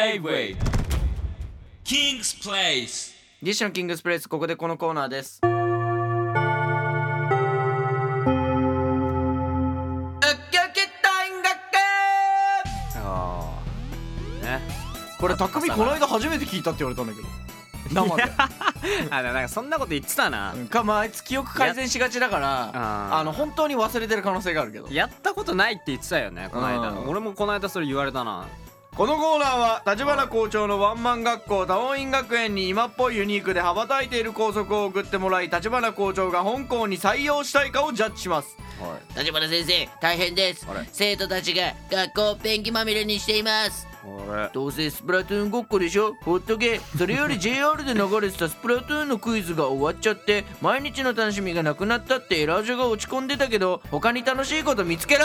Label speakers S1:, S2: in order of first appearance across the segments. S1: J-Way King's Place
S2: ディッシュのキングスプレイスここでこのコーナーですああねこれ匠この間初めて聞いたって言われたんだけど生で
S3: あなんかそんなこと言ってたな
S2: うんか毎月記憶改善しがちだから
S3: あー
S2: あの本当に忘れてる可能性があるけど
S3: やったことないって言ってたよねこの間
S2: うん
S3: 俺もこの間それ言われたな
S2: このコーナーは立花校長のワンマン学校多音院学園に今っぽいユニークで羽ばたいている校則を送ってもらい立花校長が本校に採用したいかをジャッジします
S4: 立花先生大変です
S2: あれ
S4: 生徒たちが学校をペンキまみれにしています
S2: あ
S4: どうせスプラトゥーンごっこでしょほっとけそれより JR で流れてたスプラトゥーンのクイズが終わっちゃって毎日の楽しみがなくなったってエラージョが落ち込んでたけど他に楽しいこと見つ けろ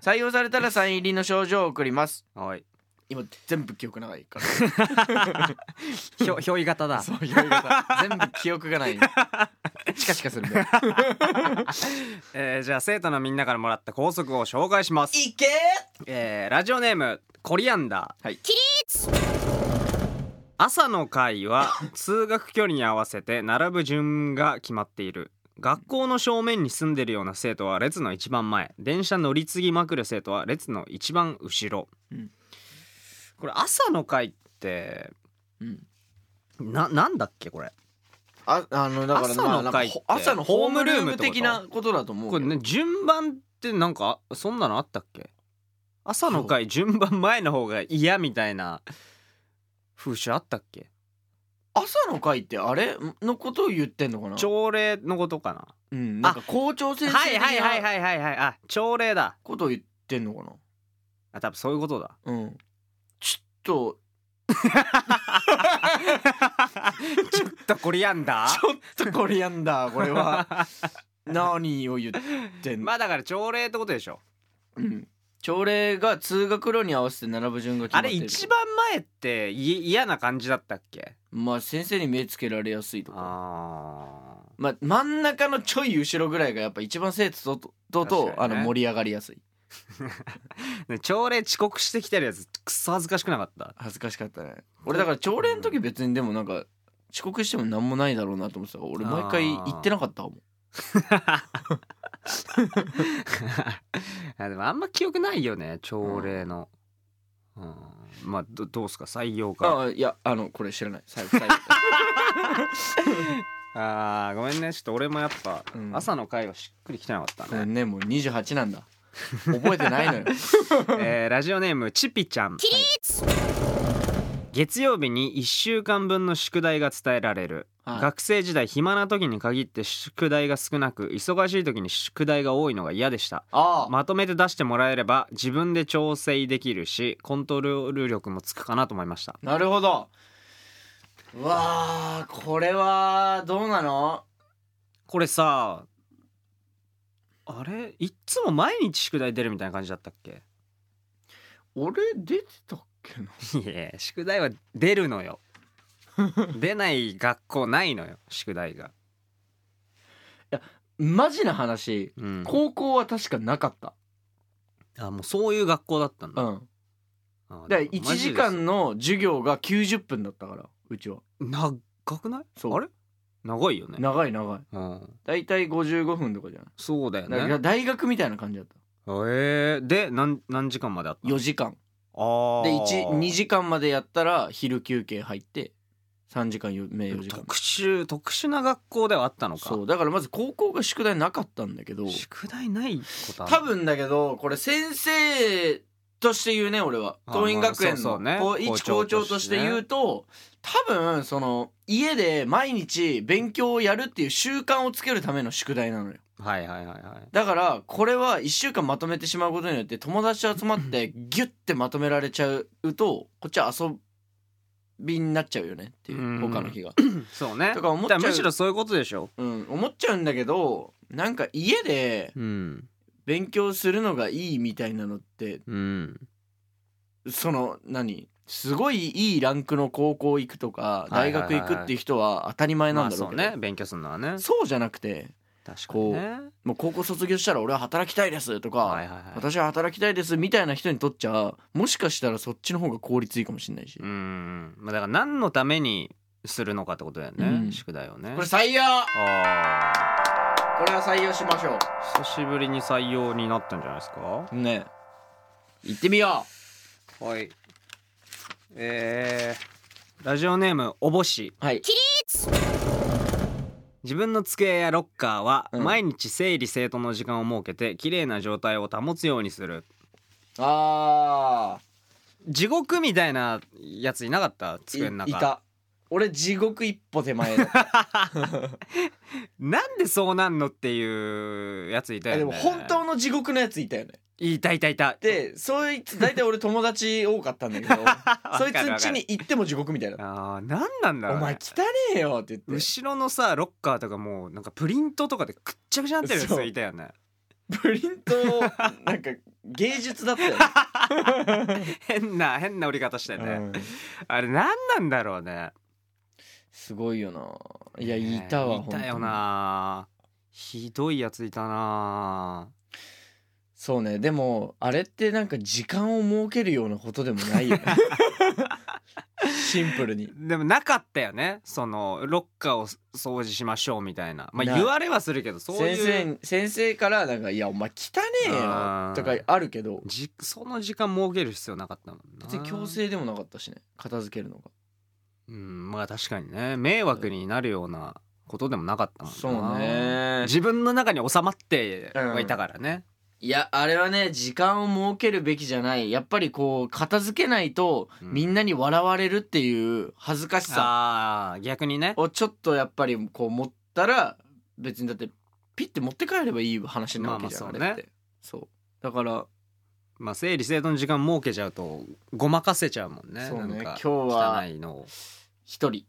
S4: 採用されたらサイン入りの賞状を送ります
S3: はい
S2: 今全部記憶ないから
S3: ひょ憑依型 だ
S2: そういう方全部記憶がないチカチカするね
S3: えーじゃあ生徒のみんなからもらった校則を紹介します
S2: いけ
S3: えーラジオネームコリアンダー、
S2: はい
S3: 起立朝の会 は通学距離に合わせて並ぶ順が決まっている学校の正面に住んでるような生徒は列の一番前電車乗り継ぎまくる生徒は列の一番後ろ、
S2: うん
S3: これ朝の会って
S2: うん
S3: ななんだっけこれ
S2: ああのだから
S3: 朝
S2: まあ
S3: の
S2: なんか
S3: 会って
S2: ほ朝のホームルーム
S3: ホームルームってこと
S2: 的なことだと思う
S3: こ
S2: け
S3: れ、
S2: ど
S3: ね、順番ってなんかあそんなのあったっけ朝の会順番前の方が嫌みたいな風習あったっけ
S2: 朝の会ってあれのことを言ってんのかな
S3: 朝礼のことかな
S2: うん、なんか校長先
S3: はい
S2: 生
S3: はいはい
S2: 的な
S3: はいはいはいあ朝礼だ
S2: ことを言ってんのか
S3: あ多分そういうこ とだ
S2: なうんちょっと
S3: ちょっとコリアンダ
S2: ち
S3: ー
S2: ょっとこれやんだこれは 何を言ってん の、
S3: まあだから朝礼ってことでしょ
S2: うん朝礼が通学路に合わせて並ぶ順が決ま
S3: あ
S2: って
S3: れ
S2: る
S3: 一番前ってい嫌な感じだったっけ
S2: まあ先生に目つけられやすいとか
S3: あー
S2: まあ真ん中のちょい後ろぐらいがやっぱ一番生徒ととと、
S3: 確か
S2: あ
S3: にね
S2: の盛り上がりやすい
S3: ね朝礼遅刻してきてるやつくそ恥ずかしくなかった
S2: 恥ずかしかったね俺だから朝礼の時別にでもなんか遅刻しても何もないだろうなと思ってたから俺
S3: あー
S2: 毎回行ってなかったかも
S3: あでもあんま記憶ないよね朝礼の、うんまあどどうすか採用か
S2: ああいやあのこれ知らない最後 最後
S3: あーごめんねちょっと俺もやっぱ、
S2: うん
S3: 朝の会はしっくりきてなかった
S2: ごめ
S3: ね、
S2: んねもう28なんだ覚えてないの よ
S3: えーラジオネームチピちゃん月曜日に1週間分の宿題が伝えられる、
S2: はい
S3: 学生時代暇な時に限って宿題が少なく忙しい時に宿題が多いのが嫌でした
S2: ああ
S3: まとめて出してもらえれば自分で調整できるしコントロール力もつくかなと思いました
S2: なるほどうわあこれはどうなの
S3: これさあれいっつも毎日宿題出るみたいな感じだったっけ
S2: 俺出てたっけない
S3: や宿題は出るの よ出ない学校ないのよ宿題が、
S2: マジな話
S3: うん、
S2: 高校は確かなかった
S3: あもうそういう学校だったんだ、
S2: うん
S3: あ
S2: だから
S3: でもマ
S2: 1
S3: ジ
S2: 時
S3: で
S2: 間の授業が90分だったからうちは
S3: 長くない
S2: そう
S3: あれ長いよね、
S2: 長い長い
S3: うん、
S2: 大体55分とかじゃない
S3: そうだよ
S2: だから
S3: ね
S2: 大学みたいな感じだった
S3: えー、で何何時間まであったの
S2: 4時間
S3: あー
S2: で12時間までやったら昼休憩入って3時間よ目4時間
S3: 特殊特殊な学校ではあったのか
S2: そうだからまず高校が宿題なかったんだけど
S3: 宿題ないことある
S2: 多分だけどこれ先生として言うね俺は
S3: あ
S2: 桐蔭学園
S3: まあそうそ
S2: の
S3: うね
S2: こう一校
S3: 校長
S2: 長
S3: と
S2: と
S3: し
S2: してて
S3: ね
S2: 言うと多分その家で毎日勉強をやるっていう習慣をつけるための宿題なのよ
S3: はいはいはいはい
S2: だからこれは1週間まとめてしまうことによって友達と集まってギュッてまとめられちゃうとこっちは遊びになっちゃうよねっていううん他の日が、
S3: そうね
S2: とか思っちゃう
S3: だらむしろそういうことでしょ
S2: うん、思っちゃうんだけどなんか家で
S3: うん
S2: 勉強するのがいいみたいなのって
S3: うん
S2: その何すごいいいランクの高校行くとか
S3: はいはい
S2: 大
S3: は
S2: 学
S3: い
S2: 行くっていう人は当たり前
S3: ま
S2: なん
S3: あ
S2: だろう
S3: そう
S2: けど、
S3: ね勉強するのはね
S2: そうじゃなくて
S3: 確か
S2: こ
S3: に
S2: う、
S3: ね
S2: もう高校卒業したら俺は働きたいですとか、
S3: はいはいはい
S2: 私は働きたいですみたいな人にとっちゃもしかしたらそっちの方が効率いいかもしれないし、
S3: うんまあだから何のためにするのかってことだよね、
S2: うん
S3: 宿題をね
S2: これ採用
S3: あ
S2: これは採用しましょ
S3: ー久しぶりに採用になったんじゃないですか
S2: うね行ってみよ
S3: はいえー、ラジオネームおぼし
S2: うはい
S3: 自分の机やロッカーは
S2: うん
S3: 毎日整理整頓の時間を設けて綺麗な状態を保つようにする
S2: あ
S3: 地獄みたいなやついなかった
S2: ー
S3: 机の中
S2: いいた俺地獄一歩手前だった
S3: なんでそうなんのっていうやついたよ
S2: で
S3: ね
S2: も本当の地獄のやついたよね
S3: いたいたいた
S2: でそいつ大体俺友達多かったん だけどそいつん家に行っても地獄みたいな
S3: ああー何なんだろ
S2: お
S3: う、
S2: 前汚
S3: ね、
S2: ねえよって言って
S3: 後ろのさロッカーとかもうなんかプリントとかでくっちゃくちゃなってるやついたよね
S2: プリントをなんか芸術だったよ ね、
S3: 変な変な折り方してね、
S2: うん
S3: あれ何なんだろうね
S2: すごいよないやいたわ
S3: いたよなひどいやついたな
S2: そうねでもあれってなんか時間を設けるようなことでもない よねシンプルに
S3: でもなかったよねそのロッカーを掃除しましょうみたいなまあ
S2: ない
S3: 言われはするけどそういう
S2: 先生先生からなんか「いやお前汚ねえよ」とかあるけど
S3: じその時間設ける必要なかったもんな
S2: 別に強制でもなかったしね片付けるのが
S3: うんまあ確かにね迷惑になるようなことでもなかったもんな
S2: そうね
S3: 自分の中に収まってはいたからね、
S2: いやあれはね時間を設けるべきじゃないやっぱりこう片付けないと
S3: うん
S2: みんなに笑われるっていう恥ずかしさ
S3: さあ逆にね
S2: をちょっとやっぱりこう持ったら別にだってピッて持って帰ればいい話なわけじゃん、
S3: まあ
S2: あ
S3: まあそうね
S2: れってそうだから、
S3: まあ整理整頓の時間設けちゃうとごまかせちゃうもんね
S2: そうね
S3: なんか
S2: 今日は
S3: 汚いのを
S2: 一人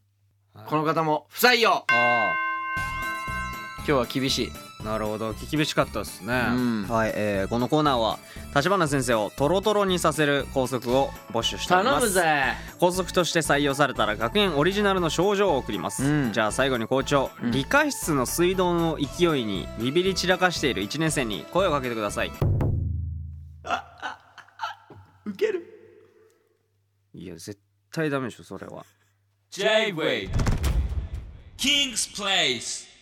S3: はい
S2: この方も不採用
S3: あ
S2: 今日は厳しい
S3: あなるほど聞き厳しかったですね、
S2: うん
S3: はい、えーこのコーナーは立花先生をトロトロにさせる校則を募集しております
S2: 頼むぜ
S3: 校則として採用されたら学園オリジナルの賞状を送ります、
S2: うん
S3: じゃあ最後に校長、
S2: うん
S3: 理科室の水道の勢いにビビり散らかしている1年生に声をかけてください
S2: ウケる
S3: いや絶対ダメでしょそれは
S1: J-Way King's Place